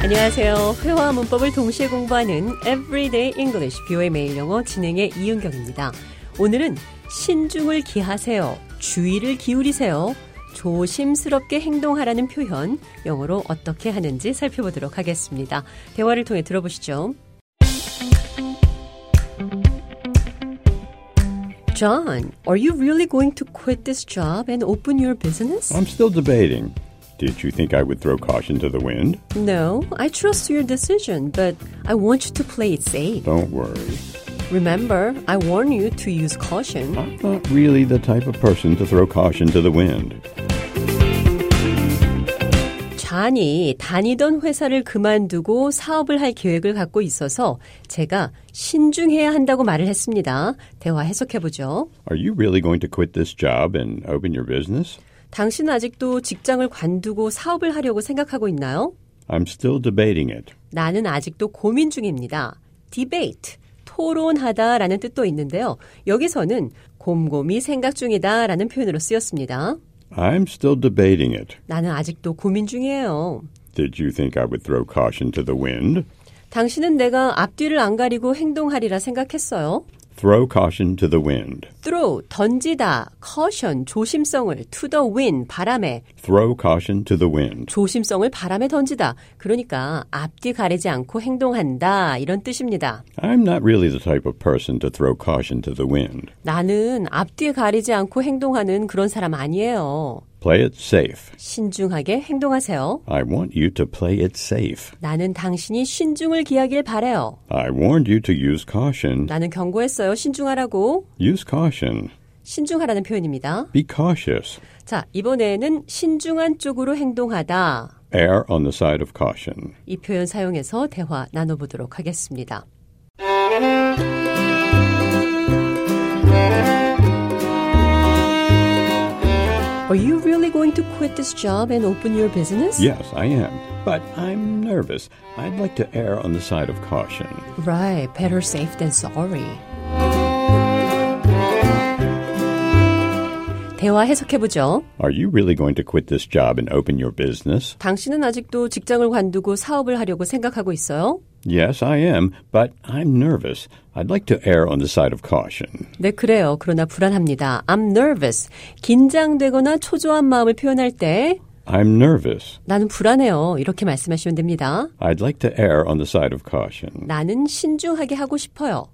안녕하세요. 회화 문법을 동시에 공부하는 Everyday English 뷰의 매일 영어 진행의 이은경입니다. 오늘은 신중을 기하세요. 주의를 기울이세요. 조심스럽게 행동하라는 표현 영어로 어떻게 하는지 살펴보도록 하겠습니다. 대화를 통해 들어보시죠. John, are you really going to quit this job and open your business? I'm still debating. Did you think I would throw caution to the wind? No, I trust your decision, but I want you to play it safe. Don't worry. Remember, I warn you to use caution. I'm not really the type of person to throw caution to the wind. 잔이 다니던 회사를 그만두고 사업을 할 계획을 갖고 있어서 제가 신중해야 한다고 말을 했습니다. 대화 해석해 보죠. Are you really going to quit this job and open your business? 당신은 아직도 직장을 관두고 사업을 하려고 생각하고 있나요? I'm still debating it. 나는 아직도 고민 중입니다. debate, 토론하다 라는 뜻도 있는데요. 여기서는 곰곰이 생각 중이다 라는 표현으로 쓰였습니다. I'm still debating it. 나는 아직도 고민 중이에요. Did you think I would throw caution to the wind? 당신은 내가 앞뒤를 안 가리고 행동하리라 생각했어요. Throw caution to the wind. throw, 던지다, caution, 조심성을, to the wind, 바람에, Throw caution to the wind. 조심성을 바람에 던지다. 그러니까 앞뒤 가리지 않고 행동한다. 이런 뜻입니다. I'm not really the type of person to throw caution to the wind. 나는 앞뒤 가리지 않고 행동하는 그런 사람 아니에요. Play it safe. 신중하게 행동하세요. I want you to play it safe. 나는 당신이 신중을 기하길 바래요. I warned you to use caution. 나는 경고했어요. 신중하라고. Use caution. 신중하라는 표현입니다. Be cautious. 자, 이번에는 신중한 쪽으로 행동하다. Err on the side of caution. 이 표현 사용해서 대화 나눠보도록 하겠습니다. Are you really going to quit this job and open your business? Yes, I am. But I'm nervous. I'd like to err on the side of caution. Right, better safe than sorry. 대화 해석해보죠. Are you really going to quit this job and open your business? 당신은 아직도 직장을 관두고 사업을 하려고 생각하고 있어요? Yes, I am. But I'm nervous. I'd like to err on the side of caution. 네, 그래요. 그러나 불안합니다. I'm nervous. 긴장되거나 초조한 마음을 표현할 때 I'm nervous. 나는 불안해요. 이렇게 말씀하시면 됩니다. I'd like to err on the side of caution. 나는 신중하게 하고 싶어요.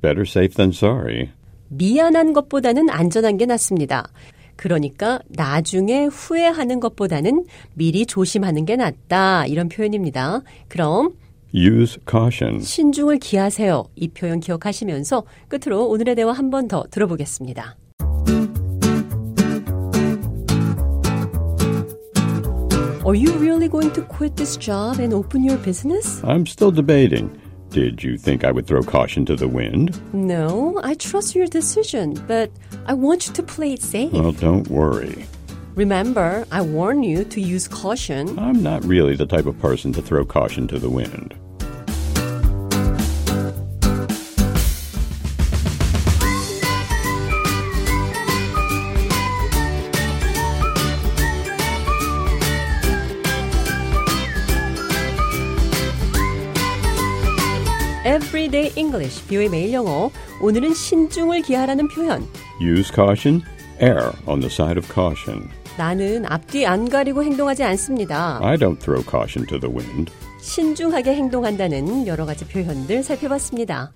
Better safe than sorry. 미안한 것보다는 안전한 게 낫습니다. 그러니까 나중에 후회하는 것보다는 미리 조심하는 게 낫다. 이런 표현입니다. 그럼 Use caution. 신중을 기하세요. 이 표현 기억하시면서 끝으로 오늘의 대화 한 번 더 들어보겠습니다. Are you really going to quit this job and open your business? I'm still debating. Did you think I would throw caution to the wind? No, I trust your decision, but I want you to play it safe. Well, don't worry. Remember, I warn you to use caution. I'm not really the type of person to throw caution to the wind. Everyday English, 뷰의 매일 영어. 오늘은 신중을 기하라는 표현. Use caution, err on the side of caution. 나는 앞뒤 안 가리고 행동하지 않습니다. I don't throw caution to the wind. 신중하게 행동한다는 여러 가지 표현들 살펴봤습니다.